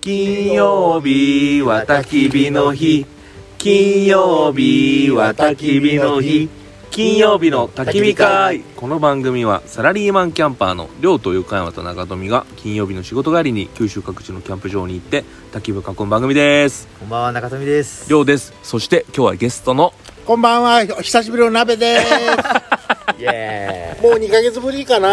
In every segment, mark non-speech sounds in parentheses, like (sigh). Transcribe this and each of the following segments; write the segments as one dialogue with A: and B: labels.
A: 金曜日は焚き火の日金曜日は焚き火の日金曜日の焚き火会この番組はサラリーマンキャンパーの亮と横山と中富が金曜日の仕事帰りに九州各地のキャンプ場に行って焚き火を囲む番組です
B: こんばんは中富です
A: 亮ですそして今日はゲストの
C: こんばんは、久しぶりの鍋です。
B: イエ
C: もう2ヶ月ぶりかな。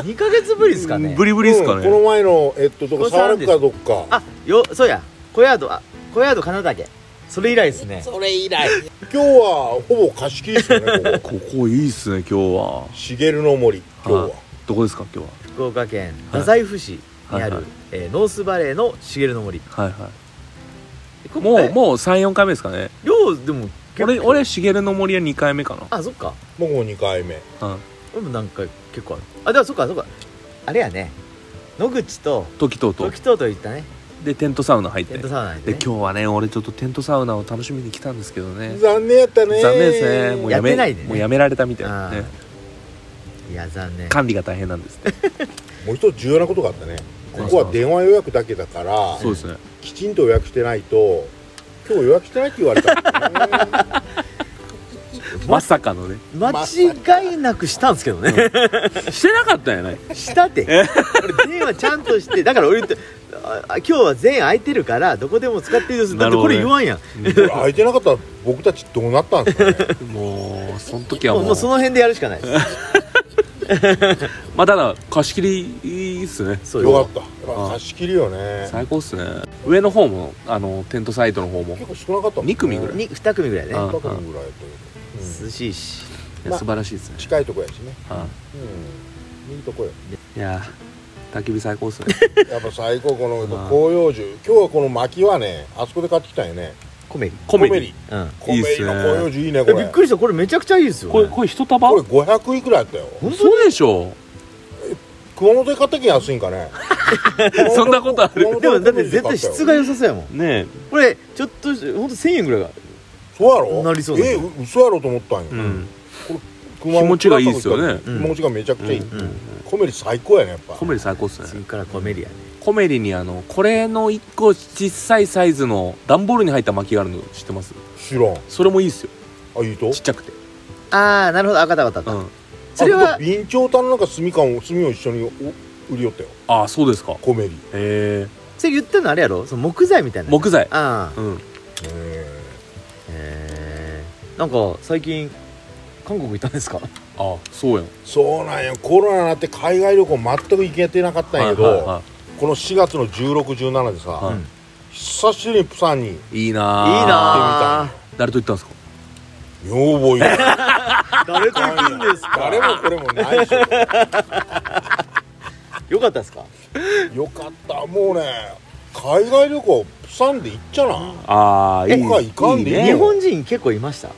B: ーイ2ヶ月ぶりですかね
A: ブリブリですか
C: うんこ
A: ね
C: の前の、えっと、どこ
B: ここ
C: か、
B: さ
C: 沢
B: ん
C: 楽かどっか。
B: あよそうや小宿あ小宿金だけそれ以来ですね
C: それ以来。今日は、ほぼ貸し切りですよね、ここ。
A: ここいいっすね今日は
C: 茂の森、今
A: は
C: 日
A: いどこですか今日
B: 福岡県
A: はい
B: 太宰府市にある、
A: はいはい
B: えーノースバレーの茂の森
A: ははいは
B: こ
A: いも
B: え
A: うもう34回目ですかね
B: 量でも結構
A: 俺俺茂の森は2回目かな
B: あそっか
C: は。もう2回目。
A: うん
B: 俺もなんか結構あるあでもそっかそっかあれやね野口と
A: 時とうと
B: 時藤といったね
A: でテントサウナ入って
B: テントサウナ
A: で
B: で、ね、
A: 今日はね俺ちょっとテントサウナを楽しみに来たんですけどね
C: 残念やったね。
A: 残念ですねもうやめ
B: やってないでね
A: もうやめられたみたいな
B: あ
A: ね
B: ーいや残念
A: 管理が大変なんですね
C: もう一つ重要なことがあったね。ここは電話予約だけだから、
A: そうですね
C: きちんと予約してないと、今日予約してないって言われたんだよね。
A: まさかのね
B: 間違いなくしたんですけどね、
A: してなかったんやない
B: したて俺電話ちゃんとしてだから俺言ってああ今日は全員空いてるからどこでも使っていいです
A: な
B: だっ
A: る
B: て
A: ほど
B: こ
A: ね
B: れ言わんやん、
C: これ空いてなかったら、僕たちどうなったんですかね。
A: (laughs) もうその時は
B: もう
A: もう
B: もうその辺でやるしかないです
A: まあただ貸し切りいいっすね
B: そう
C: よ
B: よ
C: かった。やっぱ貸し切りよね。
A: 最高っすね上の方もあのテントサイトの方も
C: 結構少なかったもんね
A: 二組ぐらい
B: に2組ぐらいね
A: あ
C: 二組ぐらいという
B: 涼しいし
A: いや
C: まあ
A: 素晴らしいですね
C: 近いとこやしね
A: は
C: うんいいとこよ
A: いいやー焚き火最高っすね
C: やっぱ最高こ
A: (laughs)
C: の
A: まあ
C: 広葉樹今日はこの薪はねあそこで買ってきたんよね
B: コメリ
A: コメリ
B: うん
C: コメリ
A: いいっすね
C: の広葉樹いいねこ
B: えびっ
C: れ
B: くりしたこれめちゃくちゃいいですよ、ね、
A: これこれ一
C: これ
A: 束
C: 500いくらやったよ
B: 本当に
A: そうでしょ
C: 熊本で買ったけん安いんかね
A: (laughs) そんなことある
C: 熊本
B: でもだって
C: 熊本で
B: 絶
C: 買
B: 対
C: たよ
B: 質が良さそうやもん
A: ね
B: これちょっとしほんと1000円ぐらいが
C: そうやろ
B: なりそうだね
C: えう嘘やろと思ったんよ
A: えうん
C: 熊
A: 気
C: 本
A: 持ちがいいっすよね
C: 気持ちがめちゃくちゃいい
A: うん
B: うん
C: コメリ最高やねやっぱ
A: コメリ最高っすね
B: 次からコメリやね
A: コメリにあのこれの1個小さいサイズの段ボールに入った薪があるの知ってます
C: 知らん
A: それもいいっすよ
C: あいいと
A: ちっちゃくて
B: ああなるほど赤かった分か
A: う
B: った、
A: ん
B: それ
C: あ
B: は
C: と備長炭のなんか炭かを炭を一緒にお売りよったよ
A: ああそうですか
C: コメリ
A: へえ
B: それ言ったのあれやろその木材みたいな
A: 木材
B: あ
A: う
B: あ
A: ん
C: うん
B: へえなんか最近韓国行ったんですか
A: あそうやん
C: そうなんよコロナになって海外旅行全く行けてなかったんやけど、
A: はいはいは
C: この4月の1617でさ、
A: はい
C: 久しぶりにプサンに
A: いいいなあ
B: いいな
C: な
B: あ
A: 誰と行ったんですか
C: 女房いる
A: (laughs)
B: 誰と行くんですか
C: 誰もこれもないでし
B: よかったですか
C: ょよかったもうね海外旅行プサンで行っちゃな、
A: ああいい
C: 僕は行かんでいいよ
A: ね
B: 日本人結構いました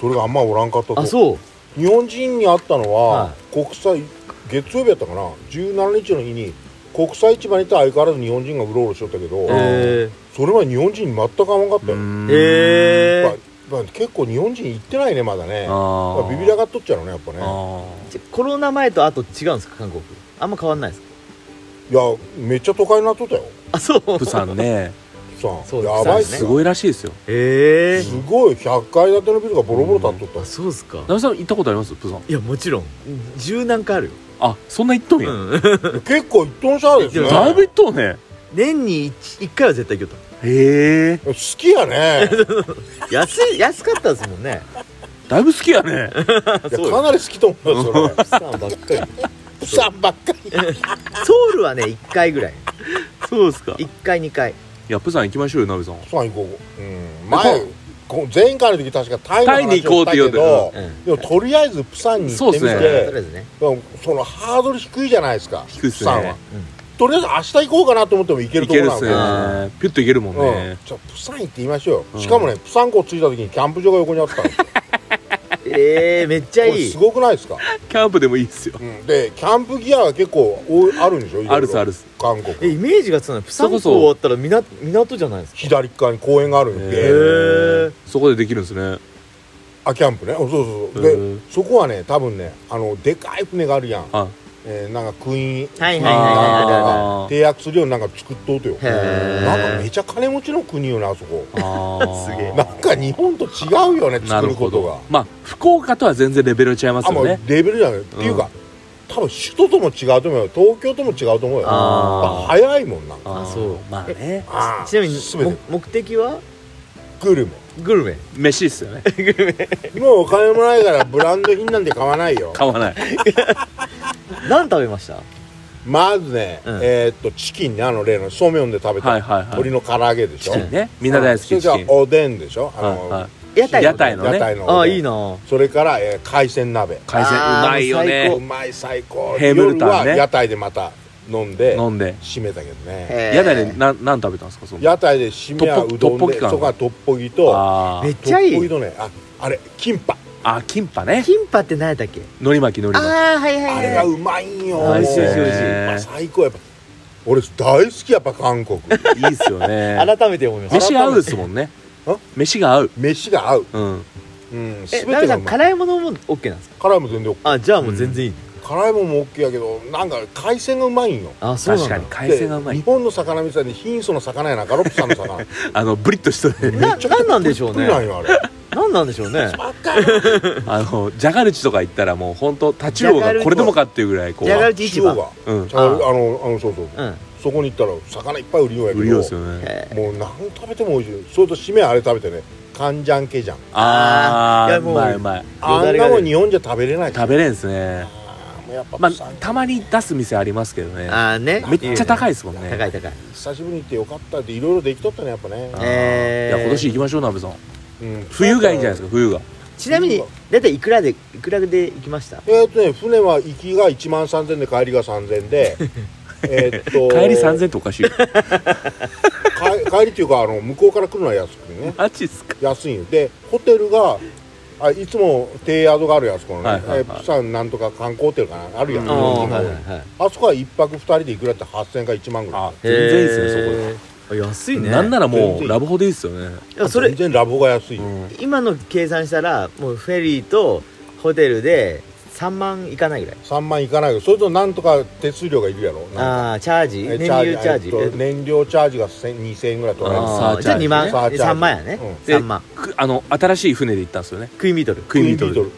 C: それがあんまおらんかったと
B: あそう
C: 日本人に会ったのは、
B: は
C: 国際月曜日やったかな17日の日に国際市場に行って相変わらず日本人がうろうろしとったけど、
B: へ
C: それは日本人全く合わんかったよ、
A: うん
B: え
C: まあまあ結構日本人行ってないねまだね
A: あ
C: まあ
A: あ
C: ビビらがっとっちゃうのねやっぱね
A: あ
B: コロナ前とあと違うんですか韓国あんま変わんないですか
C: いやめっちゃ都会になっとったよ
B: あそう
A: あプサンね
C: 釜
B: そう
C: 山やばい
B: 釜山ね
C: っす
A: す
C: よ
A: ごいらしいですよ
B: へえ
C: すごい100階建てのビルがボロボロ建っとっ
B: あそうですか
A: ナミさん行ったことありますプサン
B: いやもちろん十何回あるよ、
A: あそんな行っとんや、
B: うん、
C: たよ結構一トン車ですね
A: だいぶ行っとんね
B: 年に 1, 回は絶対行けた
A: へえ
C: 好き
A: (laughs)
C: やね
B: 安い安かったですもんね
A: だいぶ好きや
C: (laughs)
A: ね
B: (laughs)
C: い
B: そう
C: やかなり好きと思うよそれ
B: プサンばっかり
C: 釜山ばっかり
B: ソウルはね1回ぐらい
A: そうですかい
B: 1回2回
A: やプサン行きましょうよナビさん
C: 釜山行こううん前こ前回の時確かタイの
A: タイに
C: 話
A: 行こう
C: を
A: っ
C: してた
A: 言う
C: け
A: て
C: ど
B: うん
C: でもとりあえず釜山に行
A: そうっ
C: ってみ
A: す
B: と
A: ね
C: て
B: りあえずね
C: でもそのハードル低いじゃないですか
A: 低いっすね
C: 釜山は
B: うん
C: とりあえず明日行こうかなと思っても行ける
A: い
C: とこ
A: け
C: ろ
A: るっ
C: なの
A: す
C: で
A: ね
B: な
A: ピュッといけるもん
C: う
A: ね
C: ん、じゃあプサン行ってみましょうよ、
A: うん
C: しかもねプサン港着いた時にキャンプ場が横にあったんですよこ
B: えー、めっちゃい
C: れ
B: い
C: すごくないですか、
A: キャンプでもいいっすよ
C: うん、でキャンプギアが結構多いあるんでしょいろいろ
A: あるっすあるっす
C: 韓
B: えイ
C: 国
B: メージがつかないプサン港
A: それこそ
B: 終わったら港港じゃないですか
C: 左側に公園があるん
B: へ
C: で、
B: ー
A: ーそこでできるんですね
C: あキャンプねうんそうそうそう
A: へー
C: でそこはね多分ねあのでかい船があるやん
A: あ
C: えーなんかクイーン
B: はいはいはいはい
C: なんか
A: あー
C: 締約するようになんか作っとうとよ
B: へー
C: なんかめちゃ金持ちの国よねあそこ
A: あー
B: すげえ
C: なんか日本と違うよね
A: な
C: 作
A: る
C: るこ
A: ほ
C: とが
A: どまあ福岡とは全然レベル違います
C: あ
A: よ
C: もう
A: ね
C: レベルじゃない、っていうか多分首都とも違うと思うよ東京とも違うと思うよ
A: あー
C: 早いもんなんか
A: あー
B: そう
A: まあね
C: あー
B: ちなみに
C: 全て
B: も目的は
C: グルメ
B: グルメ
A: 飯っすよね
C: もうお金もないからブランド品なんて買わないよ
A: 買わない
B: 何食べました
C: まずね、
B: うん
C: えーっとチキンねあの例のソミョンで食べた、
A: はいはいはい
C: 鶏の唐揚げでし
A: チ
C: ょ
A: キンねみんな大好きチキ
C: それ
A: ン
C: からおでんでしょあの、
A: はいはい
B: 屋台
A: 屋台のね
C: 屋台の
B: あ
C: お
B: あ
C: でん
B: いいな
C: それから、えー海鮮鍋
A: 海鮮う
B: あー
A: まいよ
B: 最
C: う
A: ね
C: まい最高
A: ヘームルタンね
C: 夜は屋台でまた飲んで
A: 飲んで
C: 締めたけどね
B: へー
A: 屋台でな何食べたんですかその
C: 屋台で締めはうどん
A: トッポギ
C: で
A: か
C: そこはトッポギと
A: あ
B: め
A: ー
B: っちゃい
C: トッポギ
B: い
C: とねああれキンパ
A: あキンパね
B: キンパって何やったっけ
A: 海苔巻き海苔巻
B: ああはいは
C: あ
B: い
C: れ
B: は
C: が
B: いう
C: まいんよ
A: 美味しい美味しい美味しい
C: まあ最高やっぱ俺大好きやっぱ韓国 (laughs)
A: きいいっすよ
B: (laughs)
A: ね
B: 改めて思いました
A: 飯合うっすもんね
C: あ
A: 飯が合う
C: 飯が合う
A: うん
C: うん
B: え
C: 全
B: ナ
C: て
B: ミ
C: が
B: さ
C: うんまい
B: 辛いものも OK なんですか
C: 辛いも全然 OK
B: あじゃあもう全然いい
C: 辛いもんも OK やけどなんか海鮮がうまいんよ
B: あそうな
A: 確
B: ん
A: か
B: だ
A: に海鮮がうま
C: で
A: い
C: 日本の魚みたいに貧相な魚やなガロップさん
A: (laughs)
C: の魚
A: あのブリッとして
B: (laughs)
A: る
B: ななんなんでしょう
C: う
B: ね
C: なんよあれ
B: なんなんでしょうね
A: あのじゃがるちとか行ったらもう本当タチウオがこれでもかっていうぐらいこう
B: じゃがるち市場
C: (laughs) 塩
A: う
C: が
A: ん
C: あのあのあのそうそう
B: うん
C: そこに行ったら魚いっぱい売りようやけど
A: 売りようっすよね
B: へー
C: もう何食べても美味しいそれと締めあれ食べてねカンジャンケジャン
A: あ
B: あーい
A: あ
B: や
A: う
B: もう
A: まいうまい
C: あんなもん日本じゃ食べれない
A: 食べれんすね
C: あーもうやっぱ
A: まあ
C: 最高
A: たまに出す店ありますけどね
B: ああね
A: めっちゃ高い
B: い
A: ですもん
B: い
A: ね
B: ね高い高い
C: 久しぶりに行ってよかったっていろいろできとったねやっぱね
A: あー
B: えー
A: いや今年行きましょう鍋さん
C: うん
A: 冬がいいんじゃないですか冬が
B: ちなみにだいたいいくらでいくらで行きました
C: えーっとね船は行きが1万3000で帰りが3000で
A: (laughs)
C: えーっと
A: 帰り3000っておかしいよ
C: か帰りっていうかあの向こうから来るのは安くてね
A: マジっすか
C: 安いんよでホテルがあいつも低宿があるやつこのね、
A: はいはいはい
C: えープサンなんとか観光ホテルかなあるやん、
A: うん
C: 日本人が多い
B: はい
C: あそこは1泊2人でいくらやって8000か1万ぐらい
A: あ全然いいっすねそこで
B: ねそこ安いね
A: なんならも
C: 全
A: う
C: 然
A: ラブホでいいっすよね
B: でもそれ
C: 全然ラボが安いよ、
A: うん
B: 今の計算したらもうフェリーとホテルで3万いかないぐらい
C: 3万いかないけどそれとなんとか手数料がいるやろなんか
B: ああーチャージ
C: え
B: 燃油チャージ
C: えっと燃料チャージが1000 2000円ぐらい取られる
A: あー
B: あーじゃあ2万
C: サーチャージ
B: 3万やね
C: うん
A: で
B: 3万
A: くあの新しい船で行ったんですよね
B: クイミドル
A: クイーンビートル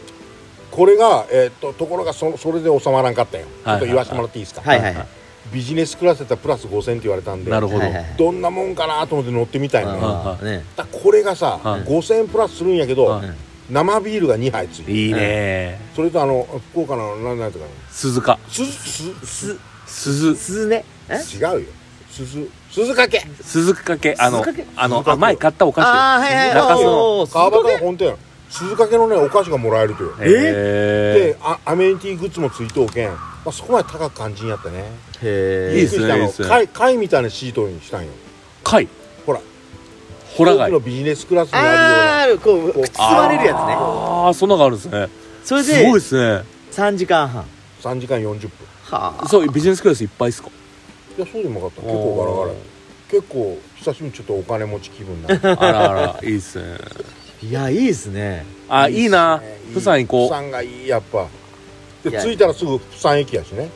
C: これが、えっとところがそそれで収まらんかったよ、
A: はいはいはい
C: ちょっと言わせてもらっていいですか、
B: はいはいはい
C: ビジネスクラスやったらプラス5000って言われたんで
A: なるほど
B: はいはいはい
C: どんなもんかなと思って乗ってみたいのよ
A: うん
B: あーね
C: だからこれがさ、
A: はい
C: 5000円プラスするんやけど、
A: はい
C: 生ビールが2杯ついて
A: いいね
C: それとあの福岡のなんなんとか
A: 鈴鹿
C: すす
B: す
A: 鈴
B: 鈴ねえ
C: 違うよ鈴鈴かけ
A: 鈴かけあの
B: 鈴掛け
A: あの
C: 鈴掛け
A: 甘い買ったお菓子
B: ああはいはい
A: 中洲の
B: おー
C: 川
B: すごい
C: 端の本店やん鈴かけのねお菓子がもらえるという
A: へえ
C: であアメニティグッズもついておけん、まあ、そこまで高く感じんやったね
B: へえ
A: いいっすね
C: びくりしたあの
A: いいっすね
C: 貝貝みたいなシートにしたんよ
A: 貝
C: ほら
A: ホラ貝
C: 飛行機のビジネスクラスに
B: あ
C: あ
B: あこう
C: こう
B: 包まれるやつね
A: ああそんなのがあるんですね
B: それ
A: すごいで
B: です
A: ね
B: 3時間半は
C: るような3時間40分
B: あ
A: そうビジネスクラスいっぱいっすか
C: いやそうでもよかった結構ガラガラ結構久しぶりにちょっとお金持ち気分になる
A: あらあらいいっすね
B: いやいいですね
A: (laughs) あいいな釜山行こ
C: 釜山がいいやっぱで
B: いや
C: 着いたらすぐ釜山駅やしね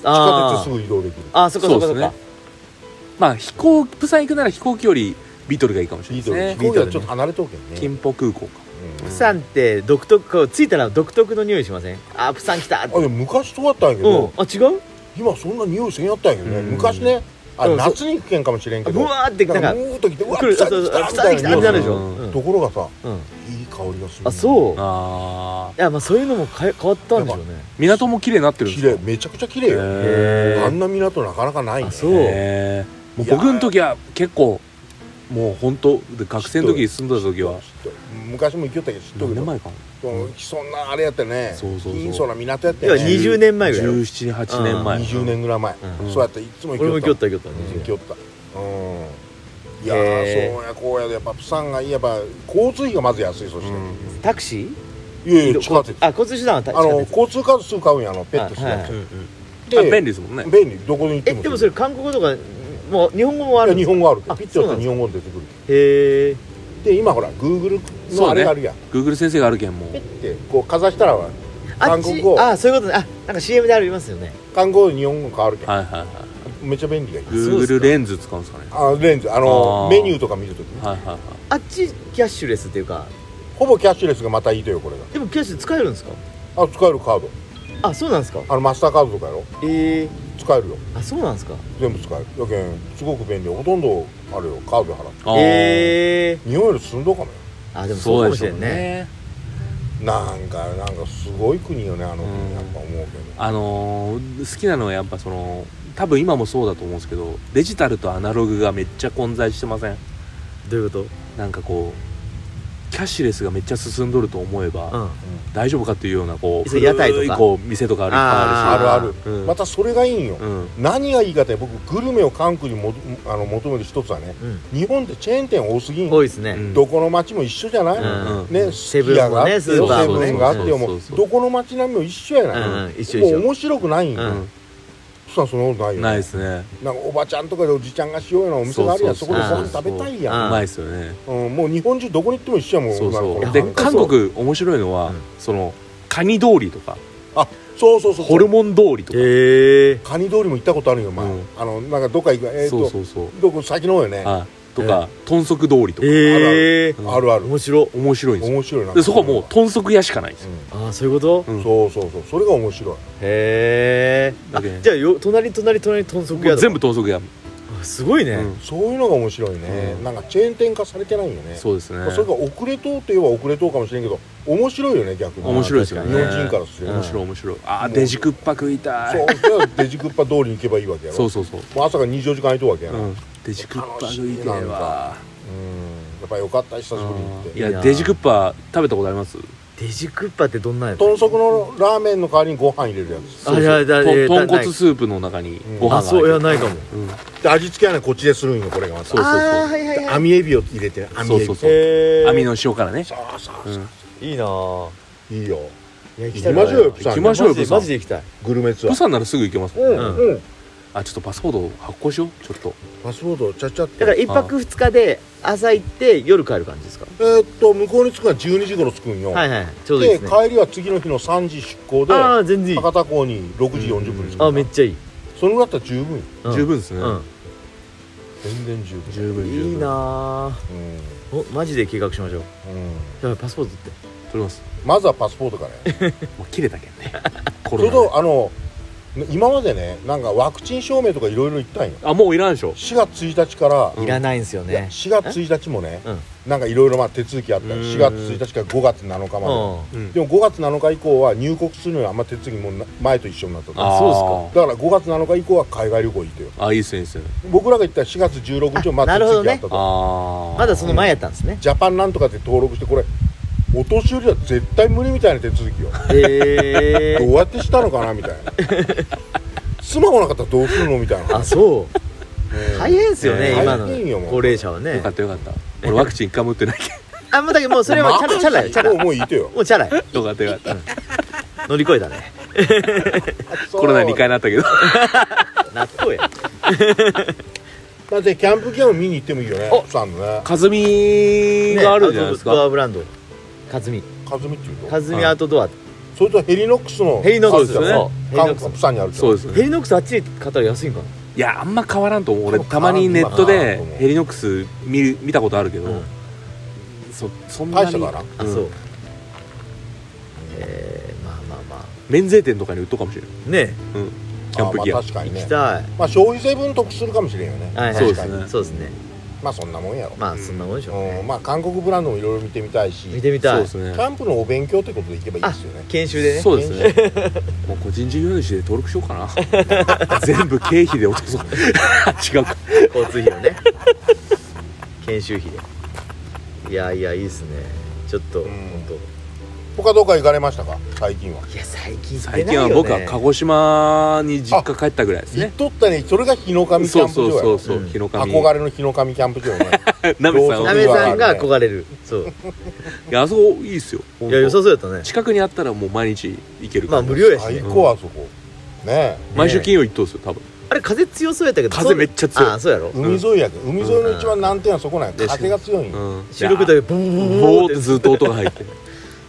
C: 地下
B: あ
C: 鉄すぐ移動できる
B: あああそっかそっかそ
A: そ
B: っ
A: うっ
B: か
A: すうまあ飛行釜山行くなら飛行機よりビートルがいいかもしれ
C: ビ
A: ない
C: ー
A: で
C: トル
A: す
C: 飛
A: ね
C: 行機はちょっと離れとけんね
A: 金浦空港か
C: うん
B: プサンって独特こう着いたら独特の匂いしませんあプサン来たって
C: あいや昔そうやったんやけ
B: うん
C: ど、
B: あ違う
C: 今そんな匂いせんやったんやけどね、
A: うん
C: 昔ねあ
B: うんそう
C: 夏に行けんかもしれんけ
B: ぶ
C: ど
B: わーって
C: な
B: なんんか
C: かうーっと来てうわ
B: 来る
C: 来た
B: そうそう
C: 来た
B: 来た来
C: みた
B: たって
C: い
B: な
C: な
B: る
C: 匂い
B: でしょ、
A: うん
B: うん
C: ところがさ
B: うん
C: いい香りがする
B: あそう
A: ああ
B: いやまあそういうのも変え変わったんでしょうね
A: 港も綺麗になってるんで
C: 綺
A: すか
C: 麗めちゃくちゃ綺麗よ
A: へー
C: あんな港なかなかないね
B: あそう
A: へーもう僕の時は結構もう本当で学生の時住んだ時は
C: 知っとる昔も行きよったけど知っと
A: 何年
C: るけど
A: 前かな
C: そのそんなあれやったね
A: そうそうそう
C: 貧相な港やった
B: い
C: よ
B: や
C: ね
B: 20年前ぐらいよ
A: 1718年前
C: 20年ぐらい前
A: うん
C: そうやっていつも
B: 俺も
C: 行
B: 行
C: き
B: き
C: よ
B: よ
C: っ
B: ったた行きよった
C: 行きよったうんいや
B: へ
C: ー
B: ー
C: そうやこうやでやっぱプサンがいいやっぱ交通費がまず安いそし
B: タクシ
C: ていやい
B: ー
C: や地下鉄
B: あ交通手段はタ
C: あの
B: 地下鉄
C: 交通カードすぐ買うんやあのペットする
B: はい
C: や
B: は
C: つ
B: い
A: あ便利
C: で
A: ですもんね
C: 便利どこに行って
B: え
C: も
B: でもそれ韓国語とかもう日本語もあ
C: い
B: る
C: や
B: んです
C: 日
B: か
C: 本語あるけど
B: あ
C: ピッてやった
B: そうなん
C: ら
B: です
C: 日本語で出てくる
B: へえ
C: で今ほらグーグル
A: そうね
C: のあれがあるやん、
A: Google 先生があるけんもう
C: ピッてこうかざしたら
B: あっ
C: 韓
B: ち
C: 国語
B: あそういうことねあなんか CM でありますよね
C: 韓国語で日本語変わるけん、
A: はいはいはい
C: めっちゃ便利やけん
A: Google レンズ使うんですかね
C: あレンズあの
A: あー
C: メニューとか見るときね
A: はいはいはい
B: あっちキャッシュレスっていうか
C: ほぼキャッシュレスがまたいいとよこれ
B: でもキャッシュレス使えるんですか
C: があ使えるカード
B: あそうなんですか
C: あのマスターカードとかやろ
B: ええ
C: 使えるよ
B: あそうなんですか
C: 全部使えるやけんすごく便利ほとんどあれよカードで払って
A: あー
B: ええ
C: 日本より進んどうかもよ
B: あでもそう
A: そ
B: か
A: う
B: も
A: で
B: し
A: しょ
B: れ
A: うん
B: ね
A: ね
C: なんかなんかすごい国よねあの
A: うん
C: 国やっぱ思うけど
A: あのー好きなのはやっぱその多分今もそうだと思うんですけどデジタルとアナログがめっちゃ混在してません
B: どういうこ
A: なんかこうキャッシュレスがめっちゃ進んどると思えば、
B: とうん
A: 大丈夫かっていうようなこう
B: それ屋台とか
A: 古いこう店とかあるいっぱ
C: ある
A: いあ
C: あ
B: あー
C: る
A: るしうん
C: またそれがいいんよ
A: うん
C: 何がいいかって僕グルメを韓国にもあの求める一つはね
B: うん
C: 日本ってチェーン店多すぎん
B: 多いですね、
A: うん
C: どこの町も一緒じゃない、
B: う
A: う
B: ん
A: ん
B: セ
C: ね、セ
B: ブ
C: ブ
B: ン
C: ン
B: も
C: があって
B: ね
C: よ
B: スーパーもね
C: セブンがあってよも
A: そう
C: う
A: そうそう
C: どこの町並みも一緒やない、
B: うんうん一緒
C: も
B: 一緒
C: う面白くないんよ、
B: うん
C: そしたらそんなことないよ
A: ないですね
C: なんかおばちゃんとかでおじちゃんがしようようなお店があるやん
A: そ
C: そう
B: そ
C: こ
B: う
C: で
B: そう
C: ご飯食べたいや
A: うんまいですよね
C: うんもう日本中どこに行っても一緒やもん
A: そうそ
C: 女の
A: う
C: 子
A: で
C: なんか
A: 韓国面白いのは、
B: うん
A: そのカニ通りとか
C: そうそうそうそう
A: ホルモン通りとか、
B: へえ
C: カニ通りも行ったことあるよ前、
A: うん
C: あのなんかどっか行くえっ、ー、と
A: そうそうそう
C: どこ先の方よね、
A: はいとか、豚足通りとか、
B: え
A: う
B: え
A: ん
C: あるある
B: 面白い
A: 面白いんですよ
C: 面白いな
A: でそこはもう豚足屋しかないんですよ、
C: う
B: ああそういうこと、
A: うん
C: んそうそうそうそれが面白い
B: へえ
A: だけどね
B: じゃあよ隣隣隣豚足
A: も
B: 屋
A: う全部豚足屋、
B: あすごいね、
A: うん
C: そういうのが面白いね、
A: うん
C: なんかチェーン店化されてないよね
A: そうですね
C: まあそれが遅れとうといえば遅れとうかもしれんけど面白いよね逆に
A: 面白いですよね
C: 日本人からすれば、
A: 面白い面白いああデジクッパ食いた
C: そう
A: い
C: じゃあデジクッパ通りに行けばいいわけやろ
A: そうそうそう
C: もう朝から24時間空いとうわけやな
A: う
C: うん
A: んデジクッパ食いたいわ
C: やっぱよかった久しぶりに行っ
A: い
C: て
A: やデジクッパ食べたことあります
B: デジクッパってどんなんや
C: 豚足のラーメンの代わりにご飯入れるやつ
B: あいやだ
A: と
B: えーだ
A: 豚骨スープの中にご飯が
B: あそういや
A: 入って
B: ないかも
A: るうん
C: で味付けはねこっちでするんよこれがまた
A: そうそうそう
B: はいはい
C: で網エビを入れてね網
A: そ
C: エ
A: う
C: ビ
A: そう
C: そ
A: そ
C: う
B: へ
A: う
B: ー
A: 網の塩からね
C: そうそううん
B: いいなぁ
C: いいよ
B: いや行
C: 行きましょうよ
A: 行きましょうよ
B: マジで
A: プサン
B: マジで行きたい
C: グルメツア
A: 釜
C: ー
A: 山ならすぐ行けますもんね
B: うん
C: うん
A: あちょっとパスポート発行しようちょっと
C: パスポートちゃっちゃっ
B: だから
C: て
B: 一泊二日で朝行って夜帰る感じですか
C: えーっと向こうに着くのは12時頃着くんよ
B: はいはいちょうどいい
C: で
B: ですねあ
C: 帰りは次の日の3時出港で
B: あー全然いい
C: 博多港に6時40分に着く
B: あめっちゃいい
C: そのぐらいだったら十分よ
B: うん
A: 十分ですね
B: うん
C: 全然十分
A: 十分十分
B: いいなぁ
C: うん
B: おマジで計画しましょう
C: うん
B: やばいパスポートって
A: 取ります
C: まずはパスポートからや
A: もう切れたけん
C: (laughs)
A: ねコロ
C: それ
A: ナで
C: とあの今までねなんかワクチン証明とかいろいろ言ったんよ
A: あもういらんでしょ
C: 4月1日から、
A: うん
B: いらないんすよ
C: いや
B: ね
C: 4月1日もね
B: うん
C: なんかいろいろまあ手続きあったよ
A: うん
C: 4月1日から5月7日
B: う
C: ま
B: ん
A: うん
C: ででも5月7日以降は入国するのにあんま手続きもな前と一緒になったと
A: あ
B: そう
A: う
C: だから5月7日以降は海外旅行行ってよ
A: すかあいいっすねいいっすね
C: 僕らが行ったら4月16日も
B: あ
C: まあ
B: なる
C: 手
B: ほど
C: 続き
B: ね
C: あったと
A: ああ
B: まだその前やったんですね
C: ジャパンなんとかって登録してこれお年寄りは絶対無理みたいな手続きよ
B: へ
C: ど
B: え
C: うやってしたのかなみたいなスマホなかったらどうするのみたいな、
B: (laughs) あそう
C: うん
B: 大変ですよね、
A: うん
B: 今の
C: 大変よもう
B: 高齢者はね
A: よかったよかった俺ワクチン一回も打ってない
C: (laughs)
A: け
B: あもうだけどもうそれはチャラチャラよチャラ
C: もうもういいと
B: (laughs)
C: よ
B: もうチャラよ
A: どよかったよかった
B: 乗り越
A: (laughs)
B: えたね
A: コロナ2回な
C: (laughs)
A: ったけど
B: 納豆や
C: だってキャンプギアを見に行ってもいいよね
A: お
C: プサンのね
A: かずみがあるんじゃないです
B: アウトド
A: か
B: アブランドカズミ
C: カズミっていう
B: カ
C: と
B: ズミアウトドア
C: それとヘリノックスの
B: ヘリノックス
A: そうですね
B: そうヘリノッ
C: 韓
B: ク
C: 国プサンにある
A: そう
C: す
A: です
B: スヘ
A: ね
B: リノックスあっちで買ったら安いんかない
A: やあんま変わらんと思う俺
C: 多分
A: たまにネット
C: 変わらん
A: で
C: と思う
A: ヘリノックス見る見たことあるけど、
B: うん
A: そそんな
C: 大
A: に
C: したからん
B: あ
A: うん
B: そうえーまあまあまあ
A: 免税店とかに売っとくかもしれない、
B: ね
A: うん、キャンプギア、
C: あまあ確かに
B: 行き
C: ね
B: たい
C: まあ消費税分得するかもしれんよね、
B: はいはい
A: そうですね
B: そうですね
C: まあそんなもんやろ、
B: まあそんなもんでしょう
C: うん
B: ね
C: まあ韓国ブランドもいろいろ見てみたいし
B: 見てみたい
A: そうで
C: キ
A: すね
C: ャンプのお勉強ってことで行けばいいですよね
B: 研修でね
A: そうです
B: (laughs)
A: ねもう個人事業主で登録しようか
B: (laughs)
A: な全部経費で落とそう違うか
B: 交通費をね (laughs) 研修費でいやいやいいですねちょっと
C: ん
B: 本当
C: 他どっか行かれましたか最近はい
B: や最近行って
A: 最
B: な
A: 近
B: いよ
A: は
B: ね
A: 僕は鹿児島に実家帰ったぐらいです
C: 行っ
A: ね
C: とったねそれが日の神キャ
A: そう
C: ンプ場
A: そ
C: や
A: うそうそ
C: ろ
A: う、
B: うん
A: 日の神
C: 憧れの日の神キャンプ場やね
A: なべさん
C: どう
A: は
B: な
C: ぞ
B: めさんが憧れるそう
A: いやあそこいいっすよほん
B: い
A: と
B: や良さそうやったね
A: 近くにあったらもう毎日行けるか
B: ま
A: ら、
B: あ無料やし
C: 最
B: ね
C: 高あそこね
A: 毎週金曜一等ですよ多分
B: あれ風強そうやったけど
A: 風めっちゃ強い
B: ああそうやろ
C: え海沿いやけど海沿いの一番難点はそこなんや
B: うん
C: 風が強いんよ
A: うん
B: 収録だけボーンボーン
A: ボー
B: っ
A: って
B: (laughs)
A: てずっと音が入ってる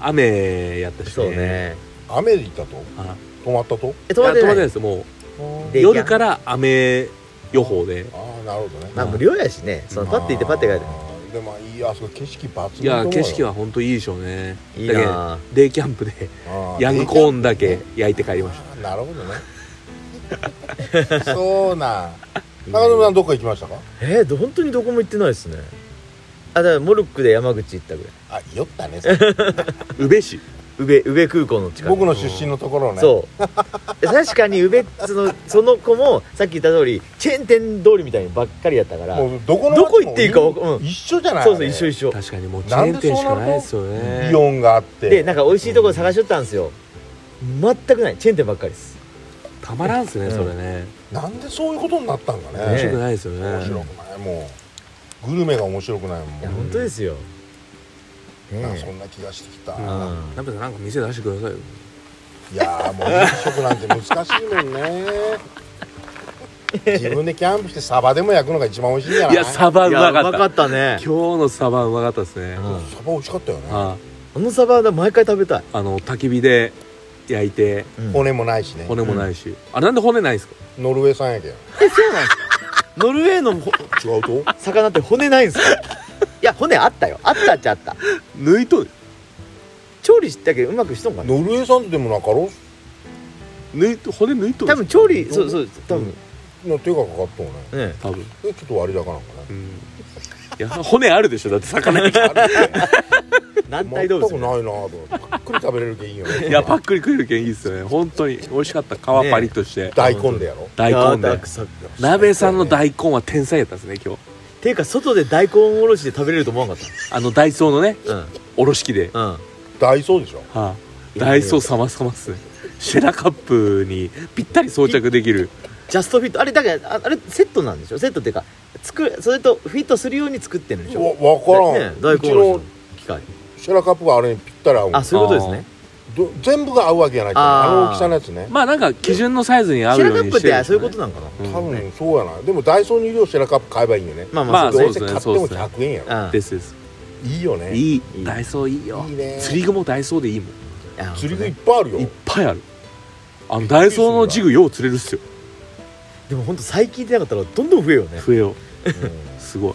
A: 雨やったし
B: そうね
C: 雨で行ったと
A: あ
C: 止まったと
B: え
A: 止
B: 止
A: ま
B: ま
A: っ
B: ってて
A: ない
B: ない
A: ですもう
B: で
A: 夜から雨予報で
C: ああなるほどね
B: まあ無料やしねそのパッて行ってパッて帰る
C: るでもいいあそこ景色抜群だと思
A: いう
C: よ
A: や景色は本当いいでしょうね
B: いい
A: だけ
B: なあ
A: デイキャンプで
C: あ
A: (laughs)
C: ー
A: ヤングコーンだけ焼いて帰りました
C: あーなるほどねそうなん中野さんどっか行きましたか
B: えー、ど本当にどこも行ってないですねあだからモルックで山口行ったぐらい
C: あ酔ったねそれ
A: 宇部市
B: 宇部宇部空港の近く
C: 僕の出身のところね
B: そう (laughs) 確かに宇部そのその子もさっき言った通りチェーン店通りみたいにばっかりやったから
C: もうどこの
B: どこ行っていいかわかうん
C: 一緒じゃない
B: そうそう一
C: 緒
B: 緒一緒
A: 確かにもうチ
C: な
A: ェ
C: ん
A: ーン
C: で
A: 店し
C: そうなる
A: か
C: の
A: ないですよね
C: イオンがあって
B: でなんか美味しいところ探しとったんですよ全くないチェーン店ばっかりです
A: たまらんっすねそれね
C: なんでそういうことになったんか
B: ね
A: 面
C: ね
A: 白くないですよ
C: 面白
A: ね
C: くないもうグルメが面白くないもん
B: いや
A: ん
B: 本当ですよ、ね
C: なんかそ
B: え
C: んな気がしてきた、
A: うんナベさんなんか店出してくださいよ
C: いやーもう飲食なんて難しいもんね自分でキャンプしてサバでも焼くのが一番美味しいんじゃない
A: いやサバう
B: いや
A: ま
B: う
A: か
B: ま
A: った
B: かったね
A: 今日のサバうまかったですね
B: うん
C: サバ美味しかったよね
A: あ
B: あのサバは毎回食べたい、
A: あの焚き火で焼いて
B: うん
C: 骨もないしね
A: 骨もないしあなんで骨ないんですか
C: ノルウェー産やけん
B: えそうなんですかノルウェーのほ
C: 違うと
B: 魚って骨ない
C: (laughs)
B: んですかいや骨あったよあったっちゃあった
A: 抜いとる
B: 調理したけどうまくしとんかな
C: ノルウェー産ってでもなかろ
A: 抜いと骨抜いとる
B: 多分調理そうそう多
A: うん
B: 分、
C: うの手がかかっとうね
B: ね
A: 多分
C: えちょっと割高なんかね
A: うんいや骨あるでしょだって魚に
B: 軟体
C: 全
B: 動
C: く
B: 物
C: ないな
B: ね
C: ぁとぱっくり食べれるけんいいよね
A: (laughs) いやパックリ食えるけんいいっすよね本当に美味しかった皮パリッとして、
C: 大根でやろ
A: 大根
B: いや
A: で
B: だくさ
A: 鍋さんの大根は天才やったんですね今日
B: ていうか外で大根おろしで食べれると思わなかっ
A: あのダイソーのね
B: たうん
A: おろし器で、は
B: うん
C: 大層でしょ
A: あ、ダイソー様様っすねシェラカップにぴったり装着できる
B: ジャストフィットあれだからああれセットなんでしょセットっていうか作るそれとフィットするように作ってるんでしょ
C: わ分から
B: ね
C: ん
B: 大
C: うち
B: 根おろしの
C: の
B: 機械
C: シェラカップがあれにぴったり合うん
B: あそういうことですね
C: ど全部が合うわけじゃないけど
B: あ
C: あ
B: ー
C: の大きさのやつね
A: まあなんか基準のサイズに合う
B: シェラ
A: よ
B: カ
A: う
B: ッ
A: に
B: プ
A: し
B: って
A: るん
B: て
A: でし
B: そ
A: ょ
B: うい
A: う
B: う
A: ね
B: ことなんかな
C: 多
A: うん
C: 分そうやなでもダイソーにいるよシェラカップ買えばいいよね
B: まあ
A: ま
B: ま
A: あ
B: あ
A: そ
C: ど
A: う
B: そ
A: で
B: う
C: う
A: す
C: せ
A: ね
C: 買っても
A: そうで
C: 100円やろ
B: うん
A: ですです
C: いいよね
A: いい
B: いい
A: ダイソーいいよ
C: いいね
A: 釣り具もダイソーでいいもん
B: いや
C: 釣り具
B: ほ
C: い
B: ん
C: っ
B: とね
C: ぱいあるよ
A: いっぱいあるあのダイソーのジグよう釣れるっすよ
B: でも本当最近出なかったらどんどん増えようね
A: 増えよ
C: うん
A: うすごい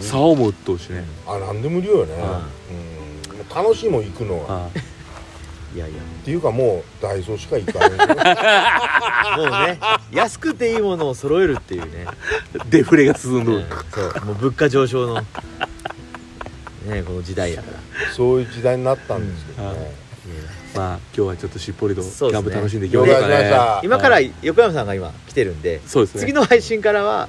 A: 竿も打っとうしね、
C: あ何でもいるよねうん楽しいもん行くのはっ
A: あ
B: いやいや
C: ていうかもうダイソーしか行
A: (laughs)
C: かない
B: もうね安くていいものを揃えるっていうね
A: あデフレが進んど
B: う
A: る
B: ん、そうもう物価上昇のねこの時代やから
C: そういう時代になったんですけど
A: うん
C: ね
A: まあ今日はちょっとしっぽりとキ
B: そうで
A: ャ
B: す
A: ン
B: ね
A: プ楽しんでいき
C: 了
A: まし
C: 解
A: ょうか
C: しま
A: ね
C: した
B: 今から横山さんが今来てるんで
A: そうですね
B: 次の配信からは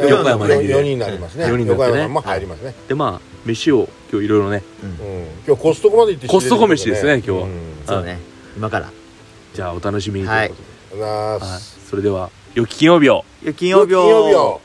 A: 横山
C: で
A: ね
C: 4人になりますね
A: うん四人になって
C: 横
A: ね
C: 山さんも入りますね
A: でまあ飯を今日いろいろね
C: うん今日コストコまで行って
A: コストコ飯ですね今日は
B: そうね今から
A: じゃあお楽しみにということで、
C: 日
A: は
C: は
A: いそれでは良き金曜日を
B: 金
C: 金曜日を